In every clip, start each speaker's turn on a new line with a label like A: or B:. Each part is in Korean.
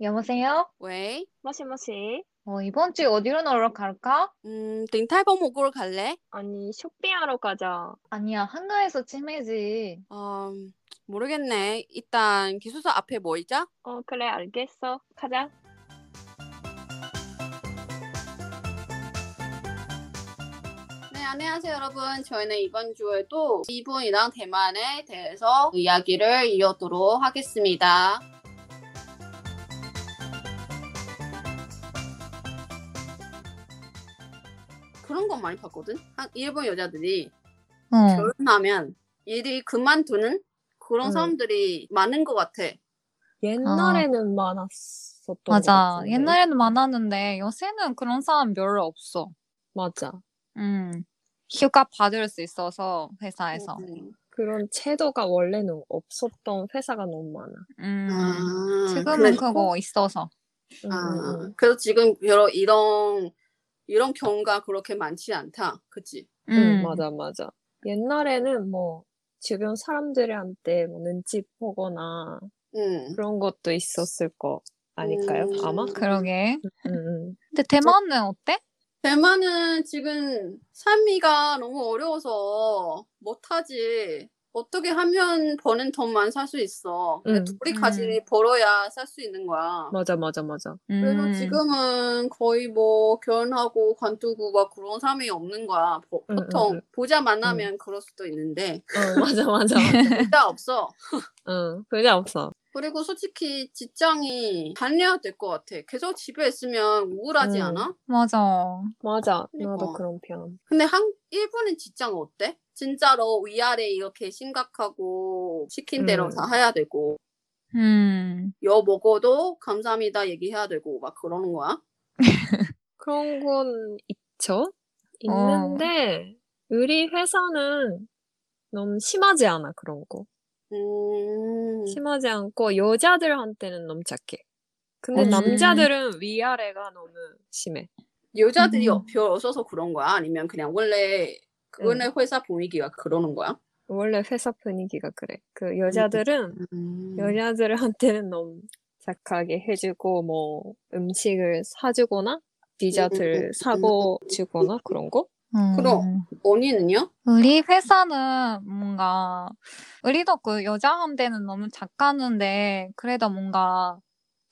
A: 여보세요?
B: 왜?
C: 머시머시.
A: 어, 이번 주에 어디로 놀러 갈까?
B: 음, 링탈버 목으로 갈래?
C: 아니, 쇼핑하러 가자.
A: 아니야, 한가해서 치매지.
B: 어, 모르겠네. 일단 기숙사 앞에 뭐 모이자.
C: 어, 그래, 알겠어. 가자.
B: 네, 안녕하세요, 여러분. 저희는 이번 주에도 일본이랑 대만에 대해서 이야기를 이어도록 하겠습니다. 그런 건 많이 봤거든. 한 일본 여자들이
A: 어.
B: 결혼하면 일이 그만두는 그런
C: 응.
B: 사람들이 많은 것 같아.
C: 옛날에는 많았었던 것
A: 맞아.
C: 같은데.
A: 옛날에는 많았는데 요새는 그런 사람 별로 없어.
C: 맞아.
A: 음. 휴가 받을 수 있어서 회사에서.
B: 음.
C: 그런 제도가 원래는 없었던 회사가 너무 많아.
A: 음.
B: 아,
A: 지금은
B: 그래.
A: 그거 있어서.
C: 응, 응,
B: 아,
C: 응.
B: 그래서 지금 여러 이런 이런 경우가 그렇게 많지 않다. 그치?
C: 응,
A: 음.
C: 맞아, 맞아. 옛날에는 뭐, 주변 사람들한테 뭐 눈치 보거나
B: 응.
C: 그런 것도 있었을 거 아닐까요?
B: 음.
C: 아마?
A: 그러게.
C: 응, 응.
A: 근데 대만은 어때?
B: 대만은 지금 산미가 너무 어려워서 못하지. 어떻게 하면 버는 돈만 살 수 있어.
C: 음.
B: 우리 가지 벌어야 살 수 있는 거야.
C: 맞아, 맞아, 맞아.
B: 그래서
A: 음.
B: 지금은 거의 뭐 결혼하고 관두고 막 그런 사람이 없는 거야. 보,
C: 음,
B: 보통
C: 음, 음.
B: 보자 만나면 그럴 수도 있는데
C: 응, 맞아, 맞아. 맞아.
B: 둘다 없어.
C: 응, 그게 없어.
B: 그리고 솔직히 직장이 달려야 될 것 같아. 계속 집에 있으면 우울하지
C: 음.
B: 않아?
A: 맞아.
C: 맞아,
B: 그러니까.
C: 나도 그런 편.
B: 근데 한 일본은 직장 어때? 진짜로 위아래 이렇게 심각하고 시킨 대로
C: 음.
B: 다 해야 되고
A: 음.
B: 여 먹어도 감사합니다 얘기해야 되고 막 그러는 거야?
C: 그런 건 있죠.
B: 어.
C: 있는데 우리 회사는 너무 심하지 않아 그런 거.
B: 음.
C: 심하지 않고 여자들한테는 너무 작게. 근데
A: 음.
C: 남자들은 위아래가 너무 심해.
B: 여자들이
A: 음.
B: 별 없어서 그런 거야? 아니면 그냥 원래
C: 음.
B: 원래 회사 분위기가 그러는 거야?
C: 원래 회사 분위기가 그래. 그 여자들은
B: 음.
C: 여자들한테는 너무 착하게 해주고 뭐 음식을 사주거나
B: 음,
C: 디저트를
B: 음,
C: 사고 주거나 그런 거.
A: 음.
B: 그럼. 언니는요?
A: 우리 회사는 뭔가 우리도 그 여자한테는 너무 작가는데 그래도 뭔가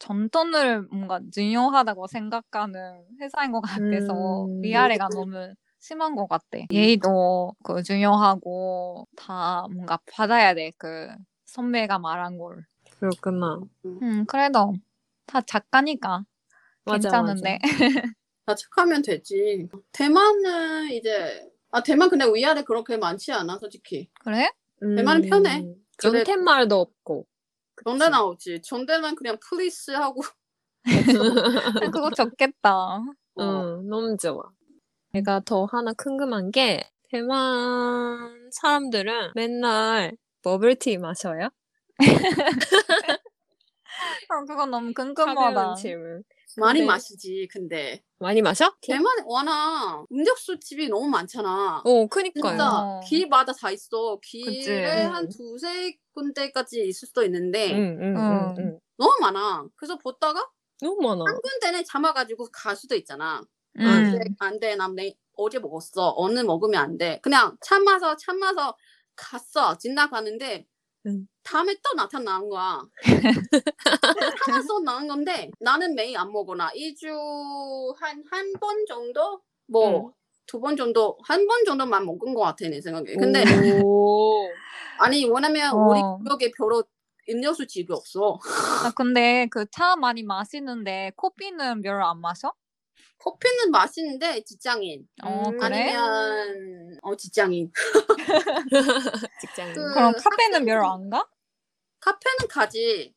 A: 전통을 뭔가 중요하다고 생각하는 회사인 것 같아서
C: 음.
A: 위아래가 너무 심한 것 같아. 예의도 그 중요하고 다 뭔가 받아야 돼 그 선배가 말한 걸.
C: 그렇구나.
A: 음 그래도 다 작가니까
C: 맞아,
A: 괜찮은데.
B: 다 착하면 되지. 대만은 이제 아 대만 근데 위아래 그렇게 많지 않아 솔직히.
A: 그래?
C: 맞아.
B: 대만은
C: 음,
B: 편해. 그래.
C: 존댓말도 없고.
B: 존대 나오지. 존대만 그냥 플리스 하고.
A: 그거 좋겠다.
C: 음,
B: 어.
C: 응, 너무 좋아. 내가 더 하나 궁금한 게 대만 사람들은 맨날 버블티 마셔요?
A: 어, 그거 너무
C: 가벼운
A: 궁금하다.
C: 질문.
B: 많이
C: 근데-
B: 마시지. 근데
C: 많이 마셔?
B: 대만 워낙 음료수 집이 너무 많잖아.
C: 오,
B: 진짜
C: 어, 그니까요. 음.
A: 어.
B: 길마다 다 있어.
A: 그치.
B: 길에 한 두세 군데까지 있을 수도 있는데
C: 응, 응,
B: 어.
C: 응, 응.
B: 너무 많아. 그래서 보다가
C: 너무 많아.
B: 한 군데는 잡아가지고 갈 수도 있잖아.
A: 음.
C: 네.
B: 안돼안돼난 어제 먹었어. 오늘 먹으면 안 돼. 그냥 참아서 참아서 갔어. 지나가는데
C: 응.
B: 다음에 또 나타나는 거야. 참아서 나온 건데 나는 매일 안 먹거나 2주 한 한 번 정도 뭐
C: 응.
B: 두 번 정도 한 번 정도만 먹은 것 같아 내 생각에. 근데
C: 오.
B: 아니 왜냐면
A: 어.
B: 우리 구역에 별로 음료수 집이 없어.
A: 아, 근데 그 차 많이 마시는데 커피는 별로 안 마셔?
B: 커피는 마시는데 직장인
A: 어,
C: 음.
A: 그래?
B: 아니면 어 직장인
C: 직장인.
B: 그-
A: 그럼 카페는
B: 카페는-
A: 별로 안 가?
B: 카페는 가지.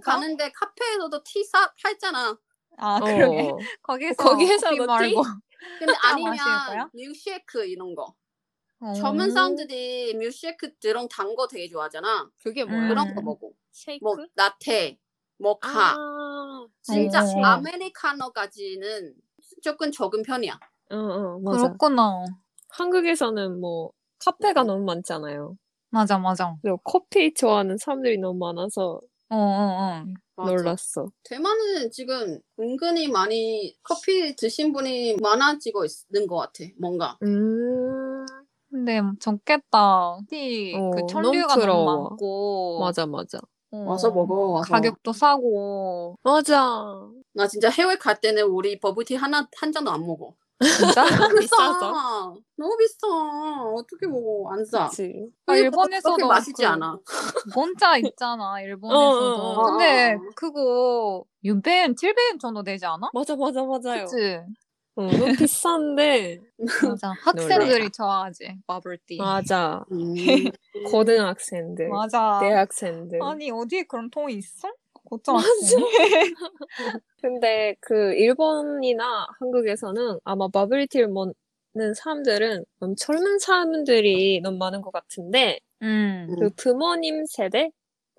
A: 카페는 가?
B: 가는데 카페에서도 티사 팔잖아.
A: 아,
C: 어.
A: 그러게.
B: 뭐,
A: 거기서
C: 거기에서
A: 커피
C: 뭐
A: 말고.
B: 근데
A: 마실 거야? 음.
B: 아니면 밀쉐이크 이런 거.
A: 어.
B: 젊은 사람들이 밀쉐이크 이런 단 거 되게 좋아하잖아.
C: 그게
A: 음.
C: 뭐야?
B: 그런 거 먹어.
C: 쉐이크?
B: 뭐 라테, 뭐 모카.
C: 아.
B: 진짜
A: 어.
B: 아메리카노까지는 조금 적은 편이야.
C: 응, 응, 어, 맞아.
A: 그렇구나.
C: 한국에서는 뭐 카페가 너무 많잖아요.
A: 맞아, 맞아.
C: 그리고 커피 좋아하는 사람들이 너무 많아서
A: 어, 어, 어.
B: 맞아.
C: 놀랐어.
B: 대만은 지금 은근히 많이 커피 드신 분이 많아지고 있는 것 같아. 뭔가
C: 음.
A: 근데 적겠다. 특히
C: 어,
A: 그
C: 너무
A: 천류가 너무,
C: 부러워.
A: 많고.
C: 맞아, 맞아.
A: 어,
B: 와서 먹어. 와서.
A: 가격도 싸고.
C: 맞아.
B: 나 진짜 해외 갈 때는 우리 버블티 하나 한 잔도 안 먹어.
A: 진짜?
C: 비싸서. 음.
B: 너무 비싸. 어떻게 먹어? 안 싸.
C: 그치.
A: 아,
B: 근데
A: 일본에서도
B: 그렇게 맛있지
A: 그
B: 않아.
A: 원자 있잖아, 일본에서도.
C: 어, 어, 어.
A: 근데 그거 6배엔, 7배엔 정도 되지 않아?
C: 맞아, 맞아, 맞아요.
A: 그치?
C: 어, 너무 비싼데.
A: 맞아. 학생들이 좋아하지, 버블티.
C: 맞아.
B: 음.
C: 고등학생들.
A: 네. 맞아.
C: 네, 대학생들.
A: 아니, 어디에 그런 통이 있어?
C: 맞아.
A: 고등학생.
C: 근데 그 일본이나 한국에서는 아마 버블티를 먹는 사람들은 너무 젊은 사람들이 너무 많은 것 같은데
A: 음.
C: 그 부모님 세대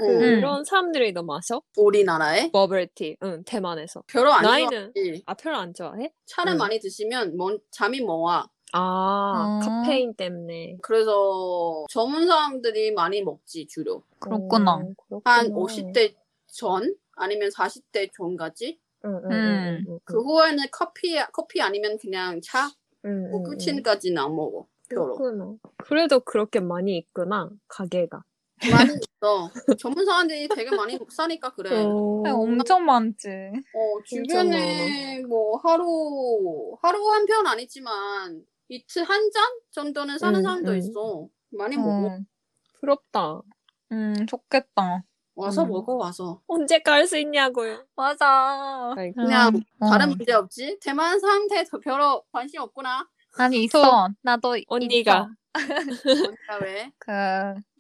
B: 음.
C: 그런 사람들이 너무 마셔
B: 우리나라에
C: 버블티. 응 대만에서.
B: 별로 안
C: 뭐, 나이는?
B: 좋아하지.
C: 아 별로 안 좋아해?
B: 차를
C: 음.
B: 많이 드시면 뭔, 잠이 멍 와.
C: 아
A: 음.
C: 카페인 때문에.
B: 그래서 젊은 사람들이 많이 먹지 주로.
A: 그렇구나.
C: 음, 그렇구나.
B: 한 50대 전 아니면 40대 전까지.
C: 응, 응,
A: 음.
C: 응, 응, 응,
B: 그 후에는 커피 커피 아니면 그냥 차.
C: 응,
B: 뭐
C: 응, 응.
B: 끝인까지는 안 먹어. 별로.
C: 음, 그렇구나. 그래도 그렇게 많이 있구나 가게가.
B: 많이 있어. 전문 사람들이 되게 많이 사니까 그래. 어,
C: 어.
A: 음, 엄청 많지.
C: 진짜
B: 주변에 뭐 하루 하루 한 편 아니지만 이틀 한 잔 정도는 사는
C: 음,
B: 사람도
C: 음.
B: 있어. 많이 먹어.
A: 음,
C: 부럽다.
A: 음, 좋겠다.
B: 와서
C: 음.
B: 먹어 와서.
C: 언제 갈 수 있냐고요.
A: 맞아.
C: 아이고.
B: 그냥
A: 어.
B: 다른 문제 없지? 대만 사람한테 더 별로 관심 없구나.
A: 아니, 있어. 나도 있어.
C: 언니가
B: 그러니까 왜?
A: 그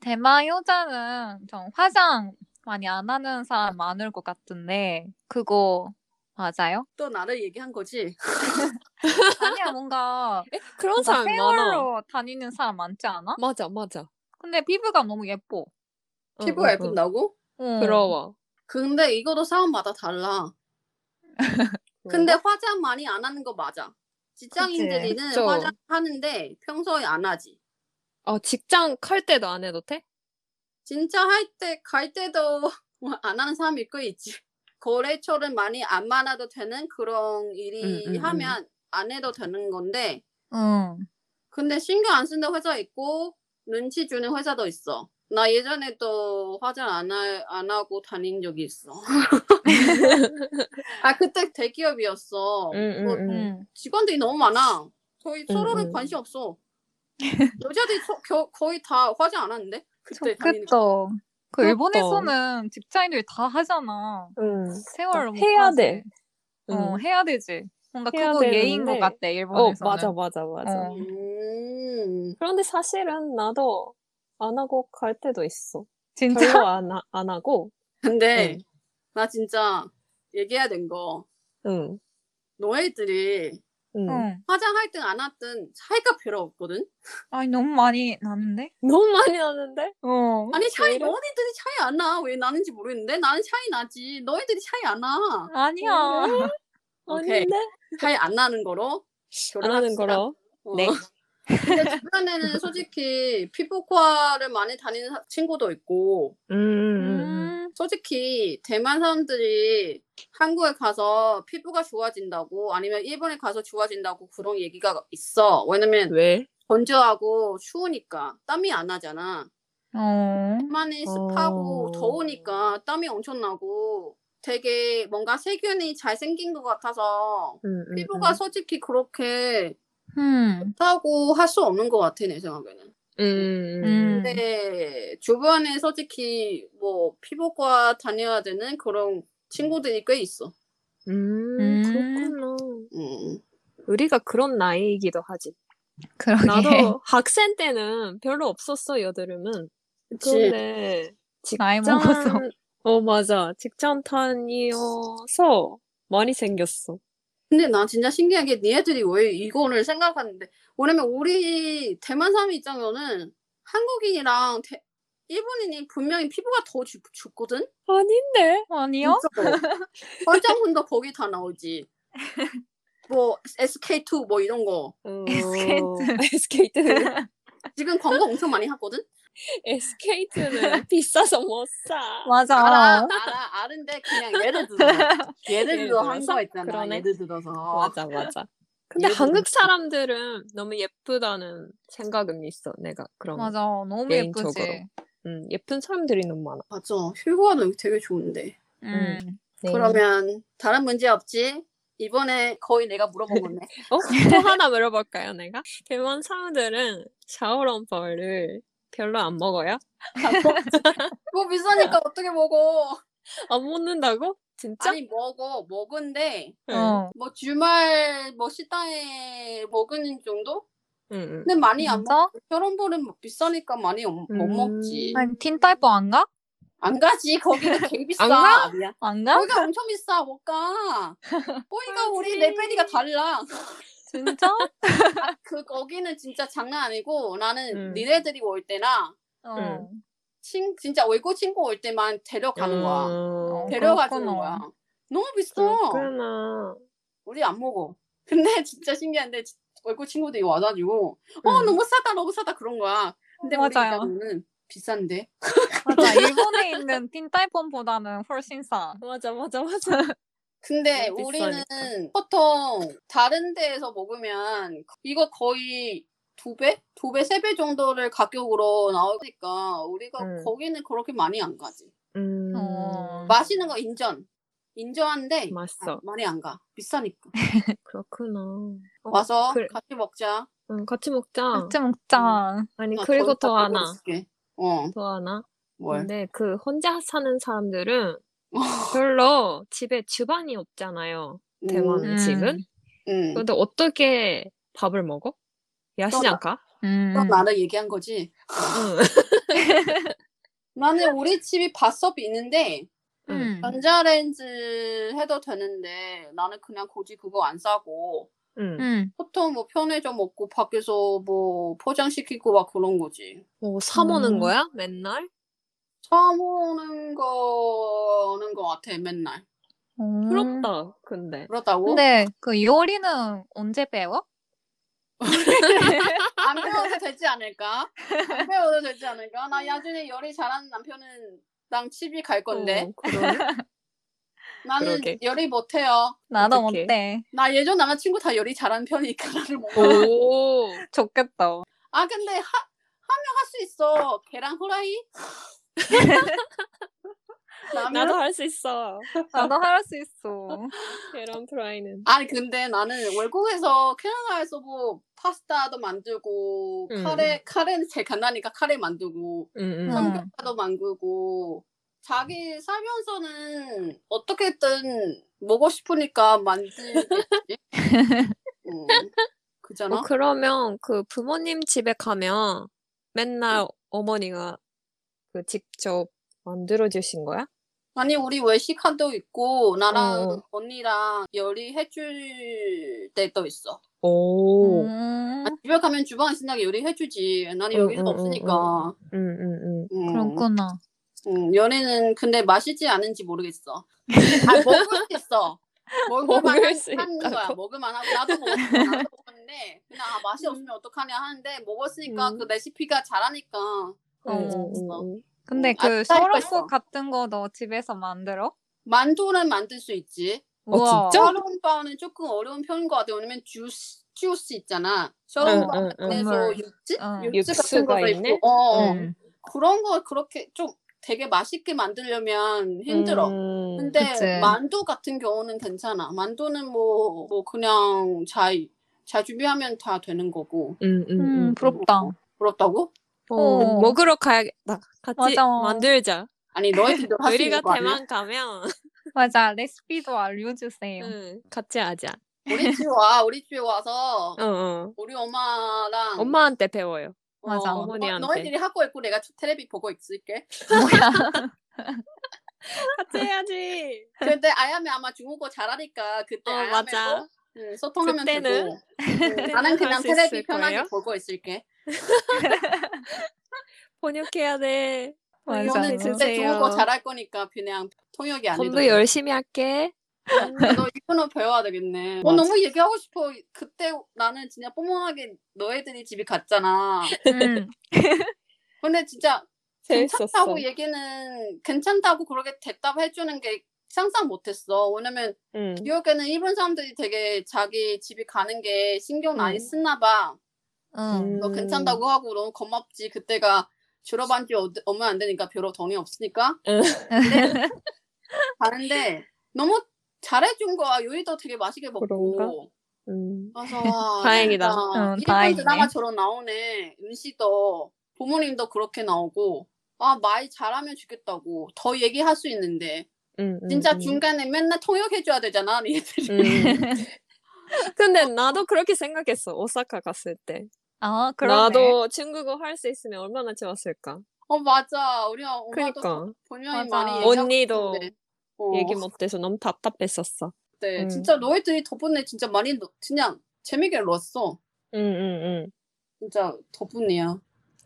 A: 대만 여자는 좀 화장 많이 안 하는 사람 많을 것 같은데 그거 맞아요?
B: 또 나를 얘기한 거지.
A: 아니야 뭔가
C: 에, 그런
A: 뭔가
C: 사람 많아.
A: 페어로 다니는 사람 많지 않아?
C: 맞아 맞아.
A: 근데 피부가 너무 예뻐.
C: 응,
B: 피부가
C: 응,
B: 예쁜다고?
A: 어.
C: 응. 부러워.
B: 근데 이것도 사람마다 달라. 근데 화장 많이 안 하는 거 맞아. 직장인들이는
C: 그쵸.
B: 화장하는데 평소에 안 하지.
C: 어 직장 갈 때도 안 해도 돼?
B: 진짜 할 때, 갈 때도 뭐 안 하는 사람이 꽤 있지. 거래처를 많이 안 만나도 되는 그런 일이
C: 음, 음, 음.
B: 하면 안 해도 되는 건데,
A: 응.
B: 근데 신경 안 쓰는 회사 있고, 눈치 주는 회사도 있어. 나 예전에도 화장 안, 하, 안 하고 다닌 적이 있어. 아, 그때 대기업이었어.
C: 응,
B: 뭐
C: 응, 응.
A: 응.
B: 직원들이 너무 많아. 거의
C: 응,
B: 서로는
C: 응.
B: 관심 없어. 여자들이 서- 겨- 거의 다 화장 안 하는데? 그때 다니는
A: 좋겠다. 그
C: 부럽다.
A: 일본에서는 직장인들이 다 하잖아.
C: 응.
A: 세월
C: 해야 돼.
A: 어 해야 되지. 뭔가
C: 해야
A: 그거 예인 것
C: 되는데.
A: 같아
C: 어
A: 일본에서는.
C: 맞아 맞아 맞아.
A: 어.
B: 음,
C: 그런데 사실은 나도 안 하고 갈 때도 있어.
A: 진짜.
C: 별로 안, 하- 안 하고.
B: 근데
C: 응.
B: 나 진짜 얘기해야 된 거.
C: 응.
B: 너희들이
C: 응.
A: 응.
B: 화장할 든 안 하든 차이가 별로 없거든?
A: 어. 아니 너무 많이 나는데.
C: 너무 많이 하는데?
A: 어.
B: 아니 차이
C: 왜 이래?
B: 너희들이 차이 안 나. 왜 나는지 모르겠는데 나는 차이 나지. 너희들이 차이 안 나.
A: 아니야.
C: 음.
B: 오케이.
C: 아닌데?
B: 차이 안 나는 거로
C: 안 하는 거로.
B: 어.
C: 네.
B: 근데 주변에는 솔직히 피부과를 많이 다니는 사- 친구도 있고
C: 음, 음.
A: 음.
B: 솔직히 대만 사람들이 한국에 가서 피부가 좋아진다고 아니면 일본에 가서 좋아진다고 그런 얘기가 있어. 왜냐면
C: 왜?
B: 건조하고 추우니까 땀이 안 나잖아.
A: 어.
B: 대만이
C: 어.
B: 습하고 더우니까 땀이 엄청 나고 되게 뭔가 세균이 잘 생긴 것 같아서
C: 음, 음,
B: 피부가
C: 음.
B: 솔직히 그렇게
A: 음.
B: 좋다고 할 수 없는 것 같아 내 생각에는.
C: 음,
A: 음.
B: 근데 주변에 솔직히 뭐 피부과 다녀야 되는 그런 친구들이 꽤 있어.
C: 음,
A: 음.
C: 그렇구나.
B: 음.
C: 우리가 그런 나이이기도 하지.
A: 그러게.
C: 나도 학생 때는 별로 없었어, 여드름은.
B: 그치.
C: 그런데
A: 나이 먹어서.
C: 직장, 어, 맞아. 직장 다니어서 많이 생겼어.
B: 근데 나 진짜 신기한 게 니네들이 왜 이거를 생각하는데 왜냐면 우리 대만 사람 입장에는 한국인이랑 대- 일본인이 분명히 피부가 더 주- 좋거든?
C: 아닌데?
A: 아니요?
B: 화장품도 거기 다 나오지. 뭐 SK2 뭐 이런 거.
C: 어,
A: 에스케이트.
C: 에스케이트.
B: 지금 광고 엄청 많이 하거든?
C: SK트는 비싸서 못 사.
A: 맞아.
B: 알아, 알아, 아는데 그냥 예를 들어. 예를
C: 예를
B: 들어 한
C: 들어서?
B: 거 있잖아.
C: 그러네.
B: 예를 들어서.
C: 맞아 맞아. 근데
B: 예를
C: 한국 사람들은 너무 예쁘다는 생각은 있어. 내가 그런
A: 맞아. 너무
C: 개인적으로.
A: 예쁘지.
C: 음, 예쁜 사람들이 너무 많아.
B: 맞아. 휴고하는 여기 되게 좋은데.
A: 음.
C: 네.
B: 그러면 다른 문제 없지? 이번에 거의 내가 물어본 건데.
C: 어? 또 하나 물어볼까요, 내가? 대만 사람들은 샤오롱벌을 별로 안 먹어요?
B: 뭐 비싸니까 어떻게 먹어?
C: 안 먹는다고? 진짜?
B: 아니 먹어 먹은데
C: 응,
A: 어.
B: 뭐 주말 뭐 식당에 먹는 정도?
C: 응, 음, 응.
B: 근데 많이 안 먹.
A: 진짜?
B: 저런 볼은 뭐 비싸니까 많이 안- 못
C: 음.
B: 먹지.
A: 아니 틴타이퍼 안 가?
B: 안 가지 거기가 되게 비싸.
C: 가?
B: 아니야.
A: 안
C: 어?
A: 가?
B: 거기가 엄청 비싸 못 가. 거기가 우리
C: 그렇지.
B: 레벨이가 달라.
A: 진짜?
B: 그 거기는 진짜 장난 아니고 나는
C: 음.
B: 니네들이 올 때나
A: 어.
C: 응.
B: 친 진짜 외국 친구 올 때만 데려가는 거야.
C: 어,
B: 데려가주는
A: 그렇구나.
B: 거야. 너무 비싸.
C: 그렇구나.
B: 우리 안 먹어. 근데 진짜 신기한데 지- 외국 친구들이 와가지고 어
C: 응.
B: 너무 싸다 너무 싸다 그런 거야. 근데
A: 맞아요.
B: 우리는 비싼데.
A: 맞아. 일본에 있는 틴타이폰보다는 훨씬 싸.
C: 맞아, 맞아, 맞아.
B: 근데
C: 너무
B: 우리는
C: 비싸니까.
B: 보통 다른 데에서 먹으면 이거 거의 두 배, 두 배, 세 배 정도를 가격으로 나오니까 우리가
C: 응.
B: 거기는 그렇게 많이 안 가지.
C: 음,
A: 어.
B: 마시는 거 인정. 인정한데
C: 맛있어.
B: 아, 많이 안 가. 비싸니까.
C: 그렇구나. 어,
B: 와서
C: 그래.
B: 같이 먹자.
C: 응, 같이 먹자.
A: 같이 먹자.
C: 아니,
B: 나
C: 그리고
B: 돈
C: 음, 더
B: 다 벌고
C: 하나.
B: 있을게. 어,
C: 더 하나.
B: 뭘?
C: 근데 그 혼자 사는 사람들은 별로 집에 주방이 없잖아요. 대만
A: 음.
C: 집은.
B: 음.
C: 근데 어떻게 밥을 먹어? 야시장 가?
A: 음.
B: 그럼 나를 얘기한 거지.
C: 음.
B: 나는 우리 집이 밥솥이 있는데
A: 음.
B: 전자레인지 해도 되는데 나는 그냥 굳이 그거 안 싸고
C: 응.
A: 음.
B: 보통 뭐 편의점 먹고 밖에서 뭐 포장시키고 막 그런 거지.
C: 오, 어, 사 먹는
A: 음.
C: 거야? 맨날?
B: 사 먹는 거는 거 같아 맨날.
A: 음.
C: 부럽다. 근데.
B: 그렇다고?
A: 근데 그 요리는 언제 배워?
B: 안 배워도 되지 않을까? 안 배워도 되지 않을까? 나 야준이 요리 잘하는 남편은 랑 집이 갈 건데
C: 어, 그러네.
B: 나는
C: 그러게.
B: 요리 못해요.
A: 나도
C: 어떡해.
A: 못해.
B: 나 예전 남자친구 다 요리 잘하는 편이니까 나를 못
C: 오.
A: 좋겠다.
B: 아 근데 하 하면 할 수 있어. 계란 후라이? 라면?
C: 나도 할 수 있어.
A: 나도 할 수 있어.
C: 계란 프라이는.
B: 아니 근데 나는 외국에서 캐나다에서 뭐 파스타도 만들고
C: 음.
B: 카레 카레는 제일 간단하니까 카레 만들고
C: 응, 응.
A: 음.
B: 삼겹살도 만들고 자기 살면서는 어떻게든 먹고 싶으니까 만들겠지. 음, 그잖아.
C: 어, 그러면 그 부모님 집에 가면 맨날 어머니가 그 직접 만들어 주신 거야?
B: 아니 우리 외식한도 있고 나랑
C: 어.
B: 언니랑 요리해줄 때도 있어.
C: 오. 응, 어,
A: 음.
B: 아니, 집에 가면 주방에 있으니까 요리해주지. 나는
C: 응,
B: 여기서
C: 응, 어.
B: 없으니까.
C: 응, 응.
B: 음,
A: 그렇구나.
B: 음, 요리는 근데 맛있지 않은지 모르겠어. 아 먹을 수 있어. 먹을만
C: 먹을
B: 하-
C: 수
B: 하는 거야.
C: 있다고?
B: 먹을만 하고 나도 먹었어. 나도 먹었는데 그냥 아, 맛이 없으면 어떡하냐 하는데 먹었으니까
C: 음.
B: 그 레시피가 잘하니까
C: 응, 응,
A: 어.
C: 응, 응.
A: 근데
B: 음,
A: 그
B: 아, 쌀
A: 셔러국
B: 뺐어.
A: 같은 거도 집에서 만들어?
B: 만두는 만들 수 있지.
C: 어,
A: 우와.
C: 진짜?
B: 셔롱바오는 조금 어려운 편인 것 같아요. 왜냐면 주스, 주스 있잖아.
C: 응, 응, 응.
B: 셔롱바오에서
A: 국물.
B: 육즙?
A: 응.
B: 육즙 같은
C: 어. 육수가
B: 것도
C: 있네?
B: 있고. 어, 어.
A: 음.
B: 그런 거 그렇게 좀 되게 맛있게 만들려면 힘들어.
C: 음.
B: 근데
A: 그치.
B: 만두 같은 경우는 괜찮아. 만두는 뭐, 뭐 그냥 잘, 잘 준비하면 다 되는 거고. 뭐,
C: 응, 응,
A: 음,
C: 응.
A: 부럽다.
B: 부럽다고?
C: 어,
A: 어.
C: 먹으러 가야겠다. 같이
A: 맞아.
C: 만들자.
B: 아니, 너희들도 할 수 있는
C: 우리가
B: 거 아니야?
C: 대만 가면
A: 맞아. 레시피도 알려주세요.
C: 응, 같이 하자.
B: 우리 집 와, 우리 집에 와서
C: 어, 어.
B: 우리 엄마랑
C: 엄마한테 배워요.
A: 맞아.
C: 어머니한테.
B: 너희들이 하고 있고 내가 텔레비 보고 있을게.
A: 뭐야.
C: 같이 해야지.
B: 근데 아야메 아마 중국어 잘하니까 그때
C: 어,
B: 아야메로
C: 맞아.
B: 음, 소통하면
C: 그때는-
B: 되고 음, 나는 그냥
C: 할수
B: 테레비
C: 있을
B: 편하게
C: 거예요?
B: 보고 있을게.
C: 번역해야 돼.
A: 맞아.
B: 너는
A: 맞아요.
B: 진짜 중국어 잘할 거니까 그냥 통역이 안
C: 공부
B: 되더라고.
C: 열심히 할게.
B: 너 일본어 배워야 되겠네. 어,
C: 맞아.
B: 너무 얘기하고 싶어. 그때 나는 진짜 뽀뽀하게 너희들이 집에 갔잖아.
A: 음.
B: 근데 진짜
C: 재밌었어.
B: 괜찮다고 얘기는 괜찮다고 그렇게 대답해 주는 게 상상 못했어. 왜냐면
C: 응.
B: 뉴욕에는 일본 사람들이 되게 자기 집이 가는 게 신경 많이
C: 음.
B: 쓰나 봐.
A: 응.
B: 너 괜찮다고 하고 너무 고맙지. 그때가 졸업한 지 어- 얼마 안 되니까 별로 돈이 없으니까.
C: 응.
B: 근데 가는데 너무 잘해준 거야. 요리도 되게 맛있게
C: 그런가?
B: 먹고.
C: 음.
B: 그래서 와,
C: 다행이다.
A: 응,
B: 일본
A: 다행이네.
B: 그러니까 드라마처럼 나오네. 음식도 부모님도 그렇게 나오고. 아, 많이 잘하면 좋겠다고. 더 얘기할 수 있는데.
C: 음, 음,
B: 진짜
C: 음.
B: 중간에 맨날 통역해줘야 되잖아, 얘들이.
C: 음. 근데 나도 그렇게 생각했어. 오사카 갔을 때.
A: 아 그러네.
C: 나도 중국어 할 수 있으면 얼마나 좋았을까.
B: 어, 맞아. 우리 엄마도
C: 그러니까
B: 분명히
A: 맞아.
B: 많이 얘기하고
C: 언니도
B: 싶은데. 어,
C: 얘기 못해서 너무 답답했었어.
B: 네.
C: 음.
B: 진짜 너희들이 덕분에 진짜 많이 넣- 그냥 재미있게 넣었어.
C: 응응응.
B: 진짜 덕분이야.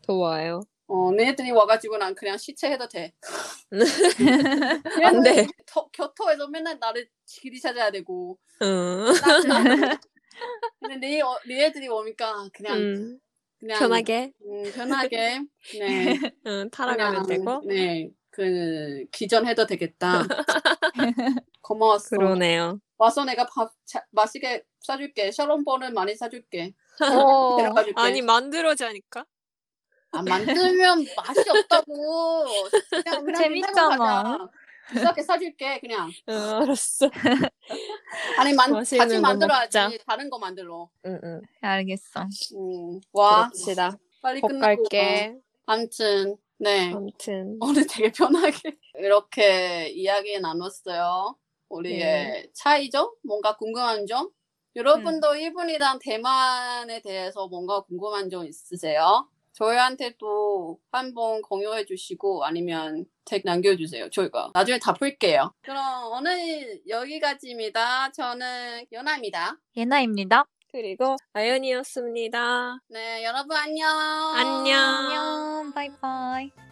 C: 좋아요.
B: 어, 너희들이 와가지고 난 그냥 시체해도 돼.
C: 안 돼.
B: 겨- 교토에서 맨날 나를 길이 찾아야 되고.
C: 응.
B: 근데 네, 어, 너희들이 오니까 그냥
C: 음,
B: 그냥
C: 편하게
B: 음, 편하게 네
C: 응, 타라가면
B: 그냥, 네.
C: 되고.
B: 네그 기전해도 되겠다 고마웠어
C: 그러네요.
B: 와서 내가 밥 자, 맛있게 사줄게 샬롬볼을 많이 사줄게
A: 오.
B: 데려가줄게
C: 어, 아니 만들어자니까.
B: 아, 만들면 맛이 없다고 그냥 그냥
A: 재밌잖아.
B: 생각하자. 비싸게 사줄게 그냥
C: 응, 알았어.
B: 아니 만,
C: 맛있는
B: 같이
C: 거
B: 만들어야지
C: 먹자.
B: 다른 거 만들어
C: 응응.
A: 알겠어.
B: 음,
C: 아.
B: 와
C: 그럽시다.
B: 빨리
C: 복
B: 끝나고 와.
C: 갈게.
B: 아무튼 네
C: 아무튼.
B: 오늘 되게 편하게 이렇게 이야기 나눴어요. 우리의
C: 네.
B: 차이점, 뭔가 궁금한 점. 여러분도 일본이랑 대만에 대해서 뭔가 궁금한 점 있으세요? 저희한테도 한번 공유해 주시고 아니면 댓 남겨주세요. 저희가 나중에 다 풀게요. 그럼 오늘 여기까지입니다. 저는 연아입니다.
A: 예나입니다.
C: 그리고 아연이었습니다.
B: 네, 여러분 안녕.
C: 안녕.
A: 안녕. 바이바이.